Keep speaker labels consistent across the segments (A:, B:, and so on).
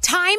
A: Time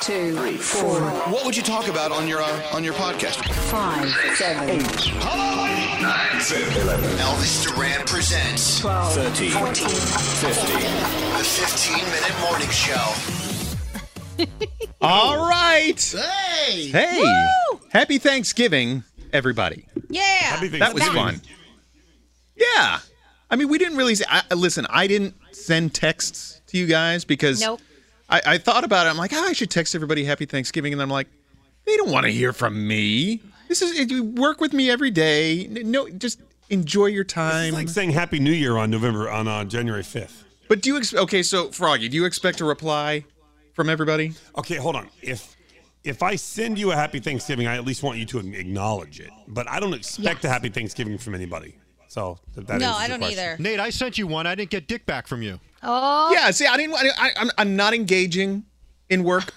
B: two, three, four,
C: What would you talk about on your uh, on your podcast?
B: five, seven, eight,
C: Elvis Duran presents
B: twelve, fourteen,
C: the 15 minute morning show.
D: All right.
C: Hey,
D: Hey. Happy Thanksgiving, everybody.
E: Happy
D: That was fun. Yeah. I mean, we didn't really. I, I- listen, I didn't send texts to you guys because
E: Nope.
D: I, I thought about it. I'm like, oh, I should text everybody Happy Thanksgiving. And I'm like, they don't want to hear from me. This is, you work with me every day. N- No, just enjoy your time.
E: It's like saying Happy New Year on November on uh, January fifth.
D: but do you, ex- okay, so Froggy, do you expect a reply from everybody?
E: Okay, hold on. If if I send you a Happy Thanksgiving, I at least want you to acknowledge it. But I don't expect a Happy Thanksgiving from anybody. So th- that
F: No,
E: answers
F: I
E: your
F: don't
E: question.
F: either.
G: Nate, I sent you one. I didn't get dick back from you.
A: Oh,
D: Yeah, see, I didn't, I, I, I'm, I'm not engaging in work.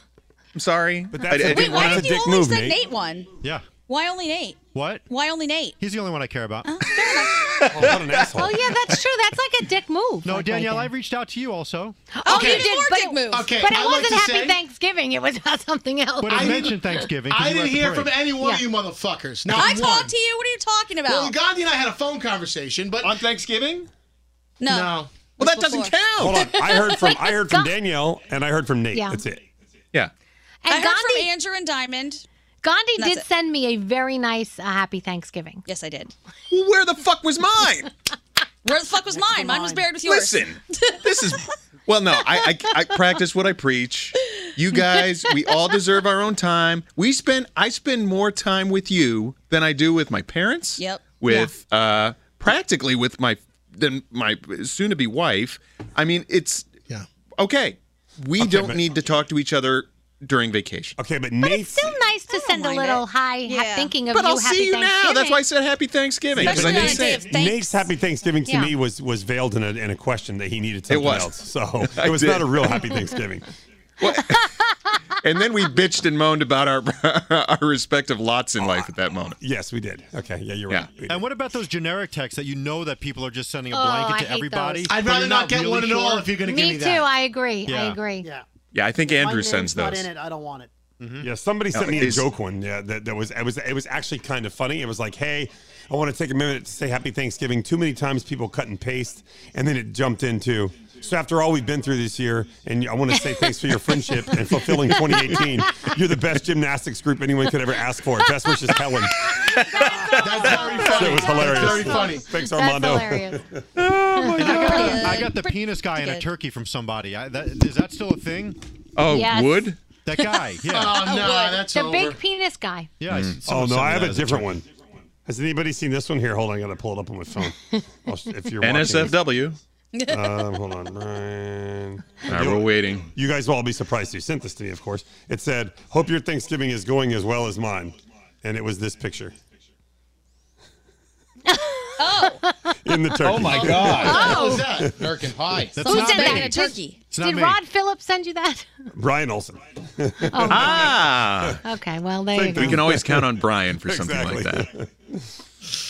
D: I'm sorry.
E: But that's
D: I- I
E: a-
D: didn't
F: Wait, why
E: That's
D: wanna-
E: a
F: did you
E: dick
F: only
E: move,
F: send
E: Nate.
F: Nate, one?
G: Yeah.
F: Why only Nate?
G: What?
F: Why only Nate?
G: He's the only one I care about.
E: Oh, what an asshole.
A: Oh yeah, that's true. That's like a dick move. like,
G: no,
A: right
G: Danielle,
A: there.
G: I reached out to you also,
A: oh,
F: Okay.
A: you did,
F: More
A: but,
F: dick moves.
A: Okay,
F: Okay,
A: but it
F: I'd like
A: wasn't
F: to
A: Happy
F: say-
A: Thanksgiving. It was about something else.
G: but I, mentioned Thanksgiving. 'cause
H: I
G: you were
H: didn't
G: at the
H: hear from
G: parade.
H: any one of
A: Yeah.
H: you motherfuckers. Not
F: I
H: one.
F: talked to you. What are you talking about?
H: Well, Gandhi and I had a phone conversation, but
G: on Thanksgiving.
F: no.
H: no.
D: well, that doesn't
F: Before.
D: count.
E: Hold on. I heard from I heard from
A: Go-
E: Danielle and I heard from Nate.
A: Yeah.
E: That's it.
D: Yeah.
F: I
A: and
F: heard
A: Gandhi,
F: from Andrew and Diamond.
A: Gandhi
F: That's
A: did
F: it.
A: send me a very nice uh, Happy Thanksgiving.
F: Yes, I did.
D: Well, where the fuck was mine?
F: Where the fuck was mine? Mine was buried with yours.
D: Listen, this is Well, no, I, I, I practice what I preach. You guys, we all deserve our own time. We spend I spend more time with you than I do with my parents.
F: Yep.
D: With uh, practically with my than my soon to be wife. I mean, it's yeah. Okay, we don't need to talk to each other during vacation.
E: Okay, but
A: But
D: Nate.
A: it's still nice to send a little hi, ha- thinking of
D: But
A: you.
D: I'll
A: happy
D: see you now. That's
A: Thanksgiving.
D: why I said happy Thanksgiving.
E: Yeah,
D: 'cause
E: but
D: I didn't
E: Nate's-
D: say it.
E: Nate's happy Thanksgiving to
A: Yeah.
E: me was was veiled in a, in a question that he needed
D: It
E: something
D: was.
E: else. So
D: I
E: it was
D: did.
E: not a real happy Thanksgiving.
D: and then we bitched and moaned about our our respective lots in life at that moment.
E: Yes, we did. Okay, yeah, you're right.
G: And what about those generic texts that you know that people are just sending a
A: Oh,
G: blanket
A: I
G: to
A: hate
G: everybody?
A: those.
H: I'd
G: but
H: rather
G: you're
H: not get
G: really
H: one at all
G: sure?
H: if you're going to give
A: Me
H: me
A: too.
H: that.
A: I agree. I
G: Yeah.
A: agree.
I: Yeah.
D: Yeah, I think
I: My
D: Andrew
I: name's
D: sends
I: not
D: those.
I: in it. I don't want it.
E: Yeah, somebody
D: No,
E: sent me
D: it
E: a
D: is-
E: joke one. Yeah, that, that was it was it was actually kind of funny. It was like, hey, I want to take a minute to say Happy Thanksgiving. Too many times people cut and paste, and then it jumped into. So after all we've been through this year, and I want to say thanks for your friendship and fulfilling 2018. You're the best gymnastics group anyone could ever ask for. Best wishes, Helen. That was hilarious.
H: That's very funny. Oh
E: Thanks,
H: That's
E: Armando.
H: hilarious.
G: And I got the- I got the penis guy and a turkey from somebody. I, that, is that still a thing?
D: Oh,
A: Yes. Wood?
G: That guy. Yeah.
H: Oh, no, that's
A: the
H: over.
A: big penis guy.
G: Yeah. I-
D: Mm.
E: Oh
G: someone
E: no,
G: sent me
E: I have
G: that
E: a
G: as a
E: different
G: joke.
E: one. Has anybody seen this one here? Hold on, I gotta pull it up on my phone. I'll s- if you're watching-
D: NSFW.
E: Um, hold on, Brian.
D: All right, we're waiting.
E: You guys will all be surprised. You sent this to me, of course. It said, "Hope your Thanksgiving is going as well as mine," and it was this picture
F: Oh.
E: in the turkey.
F: Oh, my God.
H: What was that? American Pie.
E: That's
F: Who
E: not
F: did that
E: me.
F: in a turkey?
E: It's not
A: Did
E: me.
A: Rod Phillips send you that?
E: Brian Olson.
F: Oh,
E: Uh,
D: Ah.
A: Okay, well there you go.
D: We can always count on Brian for something like that.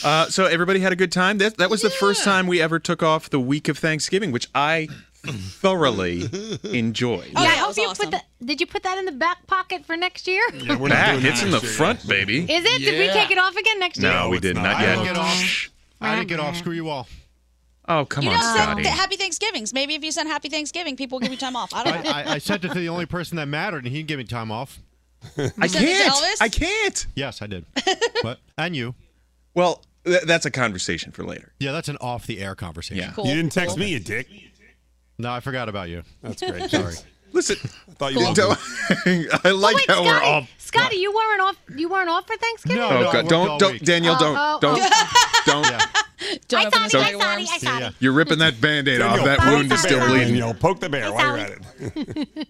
D: Uh, so everybody had a good time. That that was the first time we ever took off the week of Thanksgiving, which I thoroughly enjoyed.
F: Oh,
A: Yeah, I hope you put that. Did you put that in the back pocket for next year?
E: we're
D: Back,
E: doing that
D: it's in the
E: next year,
D: front, baby.
A: Is it? Did we
H: Yeah.
A: take it off again next year?
D: No, we did not,
G: I
D: yet.
G: didn't get off. I didn't get off. Screw you all.
D: Oh, come
F: You
D: on,
F: don't send
D: Scotty.
F: th- happy Thanksgivings. Maybe if you send happy Thanksgiving, people will give you time off. I don't know.
G: I, I sent it to the only person that mattered, and he didn't give me time off.
D: I
F: sent it to
D: can't.
F: Elvis?
D: I can't.
G: Yes, I did. but and you.
D: Well, th- that's a conversation for later.
G: Yeah, that's an off the air conversation.
D: Yeah.
F: Cool.
E: You didn't text me, you dick.
G: No, I forgot about you.
E: That's great.
G: Sorry.
D: Listen,
E: I thought you
D: Cool.
E: did.
D: I like
A: Oh, Wait,
D: how
A: Scotty,
D: we're all.
A: Scotty, you weren't off. You weren't off for Thanksgiving.
G: No,
D: Oh,
G: no,
D: God,
G: we're
D: don't,
G: all
D: don't,
G: week.
D: Daniel,
A: Oh,
D: don't,
A: oh,
D: don't, don't.
A: I thought it.
D: Don't-
A: I thought it. I thought it.
D: You're ripping that band-aid off. That
E: poke
D: wound
E: the
D: is still
E: bear,
D: bleeding.
E: Daniel, poke the bear while you're at it.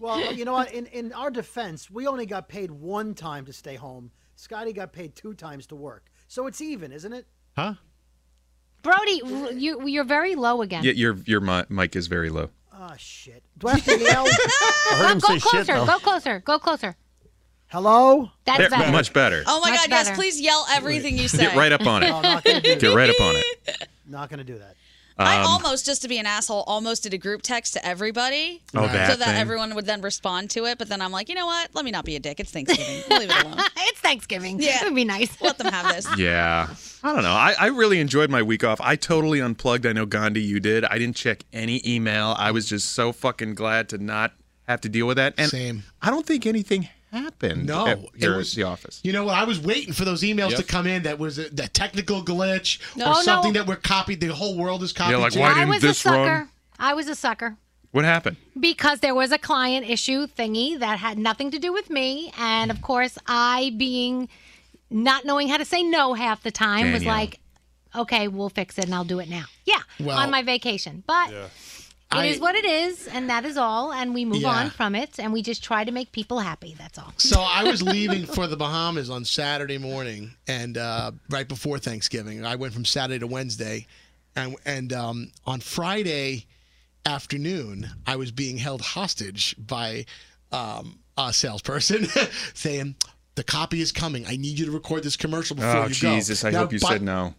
I: Well, you know what? In in our defense, we only got paid one time to stay home. Scotty got paid two times to work, so it's even, isn't it?
G: Huh?
A: Brody, r- you you're very low again.
D: Yeah, your your mi- mic is very low.
I: Ah, shit. Do I have to yell?
E: I heard him
A: go
E: say
A: closer.
E: shit. though.
A: go closer. Go closer.
I: Hello?
A: That's
D: There-
A: better.
D: Much better.
F: Oh my
A: Much
F: God!
A: better.
F: Yes, please yell everything you say.
D: Get right up on
I: No,
D: it.
I: Oh, not gonna do
D: Get
I: that.
D: right up on it.
I: Not gonna do that.
F: I
D: Um,
F: almost, just to be an asshole, almost did a group text to everybody.
D: Oh, that
F: so that
D: thing.
F: everyone would then respond to it. But then I'm like, you know what? Let me not be a dick. It's Thanksgiving. We'll leave it alone.
A: it's Thanksgiving.
F: Yeah.
A: It would be nice.
F: Let them have this.
D: Yeah. I don't know. I, I really enjoyed my week off. I totally unplugged. I know Gandhi, you did. I didn't check any email. I was just so fucking glad to not have to deal with that. And
H: Same.
D: I don't think anything happened.
H: No,
D: at
H: it
D: your-
H: was-
D: the office.
H: You know what? I was waiting for those emails to come in. That was a, that technical glitch
A: No, no.
H: or something that we're copied. The whole world is copied.
D: Yeah, like,
H: to.
D: why
A: I
D: didn't
A: was a
D: this
A: sucker.
D: run?
A: I was a sucker
D: What happened?
A: because there was a client issue thingy that had nothing to do with me, and of course, I being not knowing how to say no half the time was
D: Danielle.
A: like, okay, we'll fix it and I'll do it now. Yeah,
H: Well-
A: on my vacation, but. it is
H: I-
A: what it is, and that is all, and we move
H: Yeah.
A: on from it, and we just try to make people happy. That's all.
H: So I was leaving for the Bahamas on Saturday morning, and uh, right before Thanksgiving, I went from Saturday to Wednesday, and and um, on Friday afternoon, I was being held hostage by um, a salesperson saying. The copy is coming. I need you to record this commercial before
D: Oh,
H: you go.
D: Jesus. I
H: Now,
D: hope you
H: but-
D: said no.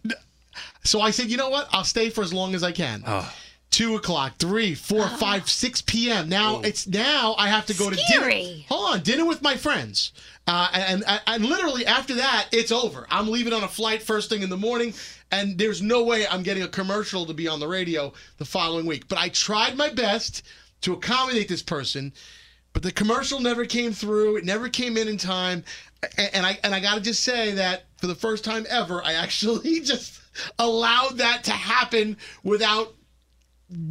H: So I said, you know what? I'll stay for as long as I can.
D: Ah.
H: Two o'clock, three, four, five, six p.m. Now it's now I have to go to dinner.
A: Scary.
H: Hold on, dinner with my friends, uh, and, and and literally after that, it's over. I'm leaving on a flight first thing in the morning, and there's no way I'm getting a commercial to be on the radio the following week. But I tried my best to accommodate this person, but the commercial never came through. It never came in in time, A- and I and I got to just say that for the first time ever, I actually just allowed that to happen without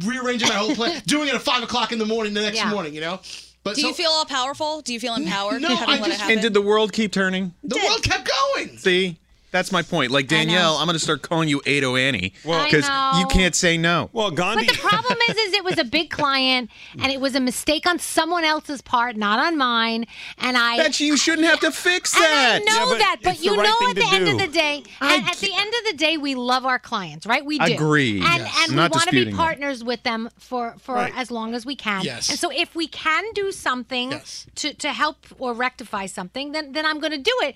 H: rearranging my whole plan, doing it at five o'clock in the morning the next
F: Yeah.
H: morning. You know. But
F: Do you
H: so-
F: feel all powerful? Do you feel empowered?
H: No,
F: having
H: I
F: let it
H: just-
F: happen?
D: And did the world keep turning?
H: the world kept going?
D: See, that's my point. Like Danielle, I'm going to start calling you Ado Annie
A: Well- I
D: because
A: know.
D: you can't say no.
E: Well, Gandhi.
A: But the problem is, is it was a big client, and it was a mistake on someone else's part, not on mine. And I
D: That you shouldn't have to fix
A: that.
D: that.
A: I know
D: Yeah, but
A: that, but
D: it's
A: you
D: the right
A: know,
D: thing
A: at
D: to
A: the end of
D: do.
A: the day, at, at the end of the day, we love our clients, right? We do.
D: Agreed.
A: And,
D: Yes.
A: and we
D: Not
A: want to be
D: disputing that.
A: partners with them for for
D: Right.
A: as long as we can.
D: Yes.
A: And so, if we can do something to to help or rectify something, then then I'm going to do it.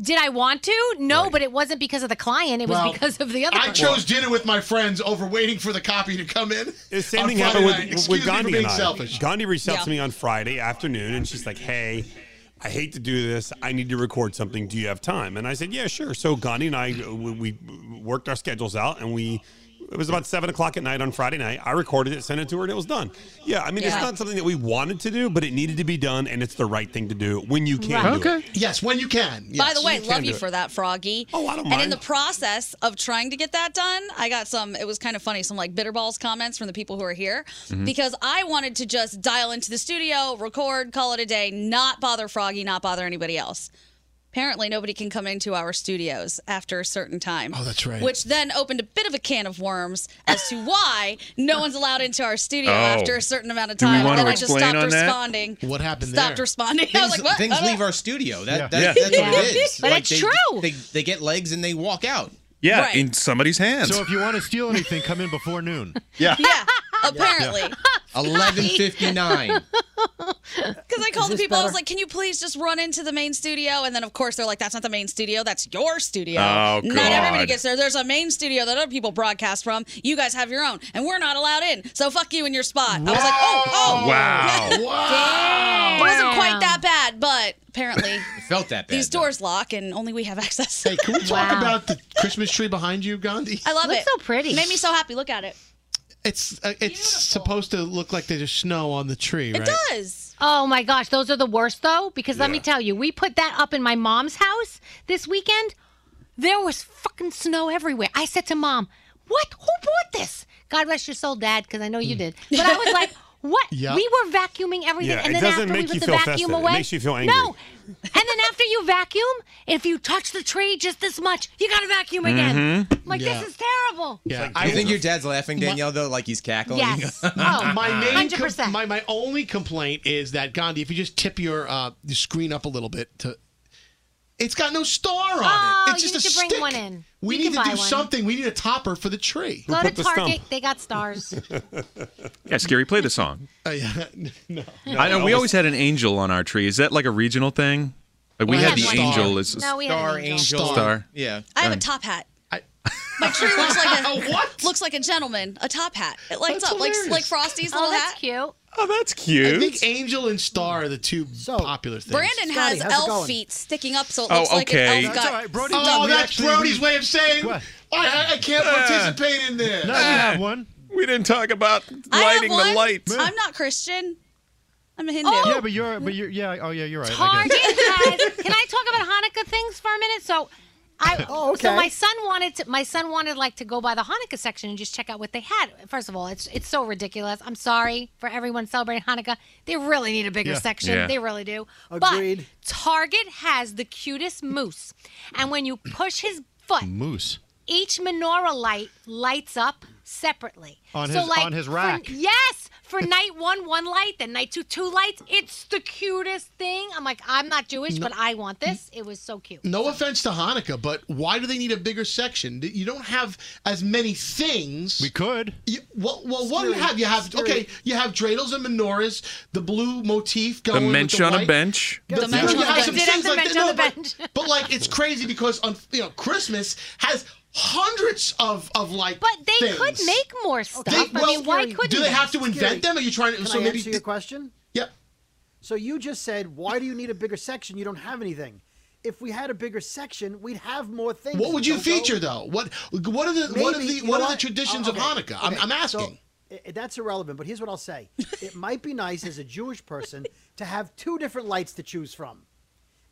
A: Did I want to? No, but it wasn't because of the client. It was
H: Well,
A: because of the other.
H: I
A: person.
H: chose dinner with my friends over waiting for the copy to come in.
E: The same
H: on
E: thing
H: Friday
E: happened with,
H: night.
E: with
H: Excuse me for
E: Gandhi
H: being
E: and I.
H: selfish.
E: Gandhi reached out
H: Yeah.
E: to me on Friday afternoon, and she's like, "Hey, I hate to do this. I need to record something. Do you have time?" And I said, "Yeah, sure." So Gandhi and I we, we worked our schedules out, and we it was about seven o'clock at night on Friday night. I recorded it, sent it to her, and it was done. Yeah, I mean, it's
H: Yeah.
E: not something that we wanted to do, but it needed to be done, and it's the right thing to do when you can.
H: Right.
E: Do it.
H: Yes, when you can.
F: By the
E: Yes.
F: way,
E: You
F: love
E: can
F: you
E: do it.
F: for that, Froggy. Oh, I don't And in
E: mind.
F: the process of trying to get that done, I got some. It was kind of funny, some like bitterballs comments from the people who are here
J: Mhm.
F: because I wanted to just dial into the studio, record, call it a day, not bother Froggy, not bother anybody else. Apparently, nobody can come into our studios after a certain time. Oh,
H: that's right.
F: Which then opened a bit of a can of worms as to why no one's allowed into our studio
H: Oh.
F: after a certain amount of
K: Do we
F: time.
K: want
F: and
K: to
F: I just
K: explain
F: stopped
K: on that?
F: responding.
K: What happened
F: Stopped
K: there?
F: responding. I was
K: Things-
F: like, what?
K: Things
F: I don't-
K: leave our studio. That,
D: Yeah.
K: that-
D: Yeah.
K: That's what it
F: Yeah.
K: is.
F: But it's
K: they,
F: true.
K: They, they get legs and they walk out.
D: Yeah,
F: Right.
D: in somebody's hands.
G: So if you want to steal anything, come in before noon.
D: yeah.
F: yeah, apparently.
K: Eleven fifty nine.
F: Because I called the
K: this
F: people, I was
K: better?
F: like, "Can you please just run into the main studio?" And then, of course, they're like, "That's not the main studio. That's your studio.
D: Oh,
F: Not everybody
D: God.
F: gets there. There's a main studio that other people broadcast from. You guys have your own, and we're not allowed in. So fuck you and your spot." I was like, "Oh, oh,
D: Wow.
F: wow." it wasn't quite that bad, but apparently
K: Felt that bad.
F: these doors lock and only we have access.
H: Hey, can we talk about the Christmas tree behind you, Gandhi?
F: I love it.
H: so pretty.
F: It made me so happy. Look at it.
L: It's uh, it's supposed to look like there's snow on the tree, right?
F: does.
A: Oh my gosh, those are the worst though. Because let me tell you, we put that up in my mom's house this weekend. There was fucking snow everywhere. I said to mom, "What? Who bought this? God rest your soul, Dad, because I know
E: Mm.
A: you did." But I was like, "What?
E: Yeah.
A: We were vacuuming everything,
E: Yeah,
A: and
E: it
A: then
E: doesn't
A: after we
E: make
A: put
E: you
A: the
E: feel
A: vacuum
E: festive. It
A: away,
E: makes you feel angry.
A: No, and then after you vacuum, if you touch the tree just this much, you gotta vacuum again.
E: Mm-hmm.
K: Mhm.
A: I'm Like
K: Yeah.
A: this is terrible.
K: Yeah. I think your dad's laughing, Danielle, though, like he's cackling.
A: Yes.
L: my main com- my my only complaint is that Gandhi, if you just tip your uh, your screen up a little bit to it's got no star on
A: Oh,
L: it. It's
A: you
L: just
A: need
L: a
A: to bring
L: stick.
A: one in.
L: We
A: You
L: need
A: can
L: to do
A: buy one.
L: something. We need a topper for the tree.
A: Go to Target; they got stars.
D: Yeah, Scary, play the song.
L: Uh, yeah. no.
D: I know we always had an angel on our tree. Is that like a regional thing? Like we,
K: We
D: had,
K: had
D: the
K: one.
D: angel as
F: No, we had an Star angel. angel.
D: Star.
K: Yeah.
F: I have a
D: Right.
F: top hat. My tree looks like a looks like a gentleman, a top hat. It lights
L: That's
F: up like
L: hilarious.
F: like Frosty's
A: Oh,
F: little
A: that's
F: hat.
A: cute.
D: Oh, that's
L: I think Angel and Star are the two popular things.
F: Brandon has elf feet sticking up, so it
L: Oh,
F: looks like
L: okay.
F: an elf
L: That's
F: got.
L: all right. Brody-
H: Oh,
L: we
H: that's
L: actually-
H: Brody's
L: we-
H: way of saying I, I, I can't
D: Uh,
H: participate in this.
D: no, we have
G: one. Oh.
D: We didn't talk about
F: I have
D: lighting the
F: one.
D: lights.
F: I'm not Christian. I'm a Hindu.
G: Yeah, but you're, but you're, yeah, oh yeah, you're right. I
A: Target,
G: guess.
A: guys. Oh, Can I talk about Hanukkah things for a minute? So, I
G: Oh,
A: so
G: okay.
A: my son wanted to my son wanted like to go by the Hanukkah section and just check out what they had. First of all, it's it's so ridiculous. I'm sorry for everyone celebrating Hanukkah. They really need a bigger
I: Yeah.
A: section.
I: Yeah.
A: They really do.
I: Agreed.
A: But Target has the cutest moose, and when you push his foot,
G: Moose.
A: each menorah light lights up separately.
G: On
A: so
G: his-
A: like
G: on his
A: for-
G: rack.
A: yes, for night one, one light, then night two, two lights. It's the cutest thing. I'm like, I'm not Jewish,
L: No.
A: but I want this. It was so cute.
L: No offense to Hanukkah, but why do they need a bigger section? You don't have as many things. We
G: could.
L: You, well, well what do you
H: Screw it.
L: have? You have
H: Screw
L: okay.
H: it.
L: You have dreidels and menorahs, the blue motif
D: The
L: going
D: mensch
L: with the
D: on a
L: white.
D: bench.
L: The,
D: The
L: mensch
D: mensch
L: you
D: on a
L: have some
D: bench.
L: things
D: Did
L: like that.
D: have the
L: No,
D: mensch
A: on
L: but, but like it's crazy because on you know Christmas has hundreds of of like.
A: But they could
L: things.
A: make more stuff.
L: They-
A: I mean,
L: well,
A: why
L: do
A: couldn't
L: they have to invent them? Are you trying to-
I: Can
L: so
I: I
L: maybe
I: answer
L: thi-
I: your question?
L: Yep.
I: So you just said, why do you need a bigger section? You don't have anything. If we had a bigger section, we'd have more things.
L: What would you
I: Don't go-
L: feature though? What what are the what are
I: Maybe-
L: the
I: you know
L: what are the traditions
I: Oh,
L: of
I: okay,
L: Hanukkah? I'm,
I: okay,
L: I'm
I: so,
L: asking.
I: i- i- that's irrelevant, but here's what I'll say: It might be nice as a Jewish person to have two different lights to choose from.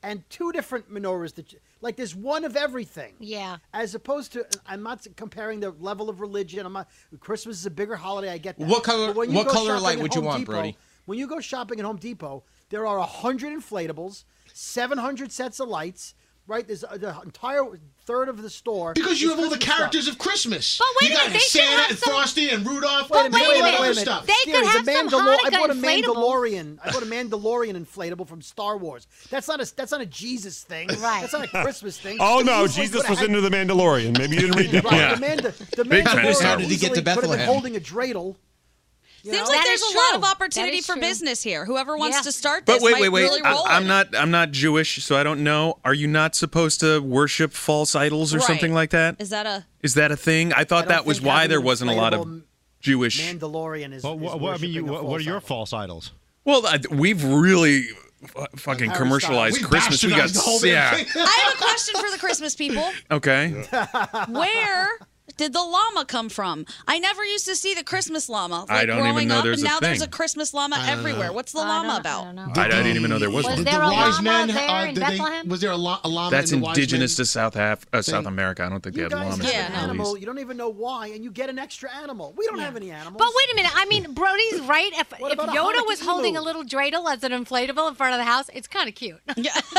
I: and two different menorahs. That you, like there's one of everything.
A: Yeah.
I: As opposed to, I'm not comparing the level of religion. I'm not. Christmas is a bigger holiday. I get that.
K: What color-
I: But when you
K: what
I: go
K: color
I: shopping
K: light
I: at
K: would you
I: Home
K: want,
I: Depot-
K: Brody?
I: When you go shopping at Home Depot, there are hundred inflatables, seven hundred sets of lights. Right, there's uh, the entire third of the store
L: Because you
I: is
L: have all the
I: Christmas stuff.
L: characters of Christmas.
I: But wait
L: you
I: a
L: got
I: minute, they should
L: Santa
I: have
L: and
I: some-
L: Frosty and Rudolph.
I: Wait a
L: and
I: minute,
L: all
I: wait a
L: that other
I: minute, wait a minute.
L: stuff.
I: Scary, the Mandalor- I bought a Mandalorian. I bought a Mandalorian inflatable from Star Wars. That's not a that's not a Jesus thing. Right. That's not a Christmas thing.
E: Oh
I: They
E: no,
I: easily
E: Jesus
I: could've
E: was
I: had-
E: into the Mandalorian. Maybe you didn't read that.
I: Right, the Manda- the
E: Big fan of
I: Mandalorian
E: Star Wars.
I: easily could've been holding a dreidel. you
F: Seems
I: know?
F: like there's a lot of
A: That
F: opportunity
A: is
F: for
A: true.
F: business here. Whoever wants
A: Yeah.
F: to start this
D: But wait,
F: might
D: wait, wait.
F: really roll.
D: I, am not. I'm not Jewish, so I don't know. Are you not supposed to worship false idols or
F: Right.
D: something like that?
F: Is that a
D: Is that a thing? I
F: I
D: thought
F: don't
D: that was
F: think
D: why
F: having
D: there
F: an
D: wasn't a lot of
I: inflatable
D: Jewish.
I: Mandalorian is.
G: Well,
I: is
G: wha- what- I mean, you,
I: worshiping a
G: what, what are
I: false
G: your false idols?
D: well, I, we've really f-
L: Oh,
D: fucking
G: Harry
D: commercialized
G: Styles. We
D: Christmas. We got
G: bastardized the whole damn
D: yeah.
G: thing.
F: I have a question for the Christmas people.
D: Okay.
F: Where did the llama come from? I never used to see the Christmas llama. Like
D: I don't even
F: growing
D: know
F: up,
D: there's
F: and
D: a
F: now there's a
D: thing.
F: Christmas llama
D: I don't
F: everywhere.
D: know.
F: What's the llama about?
D: I, I didn't even know there was, one.
L: Did the wise men, uh, did they- was there a, lla- a llama
D: That's
L: in the wise
D: indigenous to South Af- uh, South
L: thing?
D: America. I don't think they
I: You
D: have llamas.
I: guys
D: in
I: have an
D: the Middle
I: animal.
D: East.
I: You don't even know why, and you get an extra animal. We don't have any animals.
A: But wait a minute. I mean, Brody's right. If, if
I: about a
A: Yoda was
I: Hanukkah
A: holding
I: emu?
A: a little dreidel as an inflatable in front of the house, it's kind of cute.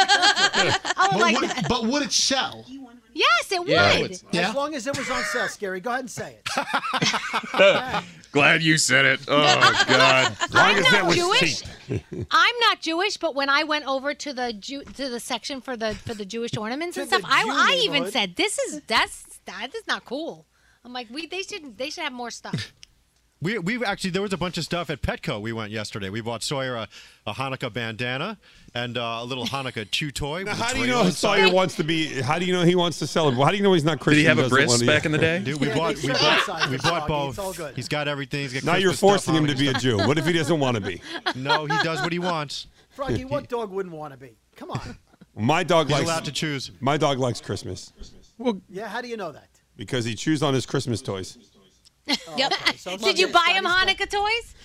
L: But,
A: like
L: would, but would it sell?
A: yes, it
L: Yeah.
A: would.
L: As Yeah.
I: As long as it was on sale, Scary, go ahead and say it.
D: Glad you said it. Oh God.
A: I'm not Jewish. I'm not Jewish, but when I went over to the Jew, to the section for the for the Jewish ornaments and stuff, I,
I: Jew
A: I even
I: neighborhood.
A: said this is that's that is not cool. I'm like we they should they should have more stuff.
G: We we actually there was a bunch of stuff at Petco. We went yesterday. We bought Sawyer a, a Hanukkah bandana and uh, a little Hanukkah chew toy. with
E: How
G: a
E: do you
G: dreidel
E: know
G: inside.
E: Sawyer wants to be? How do you know he wants to sell it? How do you know he's not Christian?
D: have a
E: doesn't
D: bris
E: want to-
D: back in the day?
G: Dude, we
E: Yeah,
G: bought
E: they
G: we
E: sell
G: bought,
E: outside
G: we
E: for
G: bought
E: dog. It's all
G: both. He's got everything. He's got
E: Now you're
G: Christmas stuff,
E: forcing him to
G: Hanukkah
E: be a
G: stuff.
E: Jew. What if he doesn't want to be?
G: No, he does what he wants.
I: Froggy, what dog wouldn't want to be? Come on.
E: My dog
G: He's
E: likes
G: allowed to choose.
E: My dog likes Christmas
I: Yeah, how do you know that?
E: because he chews on his Christmas toys.
A: Yep.
I: Oh, so it's not
A: Did you
I: good.
A: buy him Hanukkah toys?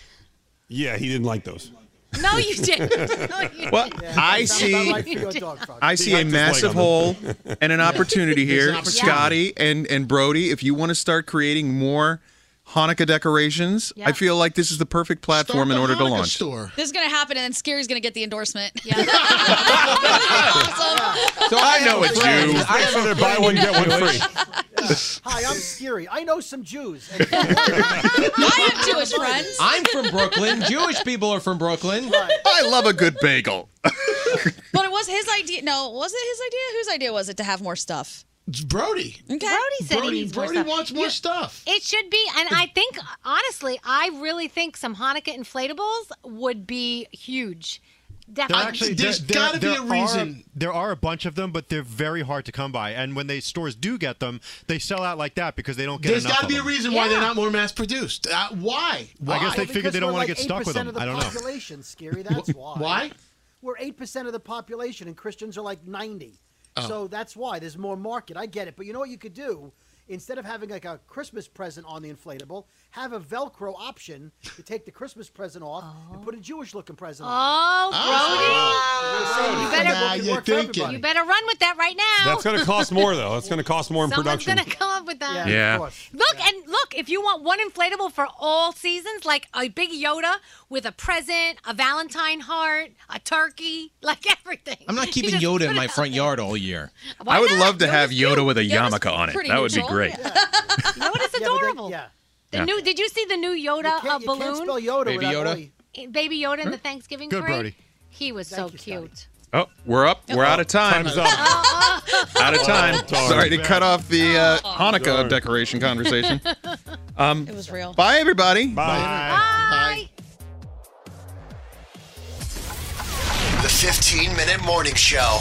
E: Yeah, he didn't like those.
A: No, you didn't. No, you
D: Well,
A: didn't.
D: I
I: sounds
D: see.
I: about right for your dog, Froggy.
D: I see a
E: his leg
D: massive
E: on
D: hole and an opportunity
I: There's
D: here,
I: an opportunity.
D: Scotty and and Brody. If you want to start creating more Hanukkah decorations, I feel like this is the perfect platform in order to launch.
F: This is gonna happen, and then Scary's gonna get the endorsement.
D: So I know a Jew.
E: I'd rather buy one get one free.
I: Hi, I'm Scary. I know some Jews. And
F: I have Jewish friends.
K: I'm from Brooklyn. Jewish people are from Brooklyn.
D: I love a good bagel.
F: But it was his idea. No, was it his idea? Whose idea was it to have more stuff?
L: It's Brody.
F: Okay.
A: Brody said
L: Brody-
A: he needs more
L: Brody
A: stuff.
L: wants more stuff.
A: It should be, and I think honestly, I really think some Hanukkah inflatables would be huge.
G: They're
A: Definitely.
G: actually,
L: there's
G: there-
L: gotta
G: there-
L: be
G: there
L: a
G: are-
L: reason.
G: there are a bunch of them, but they're very hard to come by. And when they stores do get them, they sell out like that because they don't get
L: There's got
G: enough
L: to
G: of
L: be a
G: them.
L: reason why they're not more mass produced. Uh, why? Why?
G: I guess they figured they don't want to get stuck with them.
I: Of the
G: I don't know.
I: population, Scary. That's why.
L: Why?
I: We're eight percent of the population, and Christians are like ninety.
L: Oh.
I: So that's why there's more market. I get it, but you know what you could do? Instead of having like a Christmas present on the inflatable, have a Velcro option to take the Christmas present off and put a Jewish-looking present on.
A: Oh, Brody!
I: Oh,
A: you better
L: Now
I: could
L: you're
I: work for
L: thinking.
I: everybody.
A: you better run with that right now.
E: That's going to cost more though. That's going to cost more in
A: Someone's
E: production.
A: gonna come up with that.
E: Yeah, of Yeah. course.
A: Look and look. If you want one inflatable for all seasons, like a big Yoda with a present, a Valentine heart, a turkey, like everything.
K: I'm not
A: You
K: keeping
A: just
K: Yoda
A: put
K: in my
A: it-
K: front yard all year.
A: Why
D: I would
A: not?
D: love to
A: Yoda's
D: have
A: cute.
D: Yoda with a
A: Yoda's
D: yarmulke on it.
A: pretty
D: That would be
A: neutral.
D: great.
A: Yoda's adorable.
I: Yeah.
A: The
D: Yeah.
A: new. Did you see the new Yoda
I: can't-
A: uh,
I: you can't
A: balloon?
I: spell Yoda
D: Baby
I: without
D: Yoda?
I: Oi.
A: Eh, Baby Yoda in the Thanksgiving
D: Good,
A: parade.
D: Brody.
A: He was so cute.
D: Oh, we're up. We're out of time.
E: Time's up.
D: Out of time.
E: darn.
D: Sorry to cut off the uh, Hanukkah decoration conversation. Um,
F: It was real.
D: bye, everybody.
A: Bye.
C: The 15 Minute Morning Show.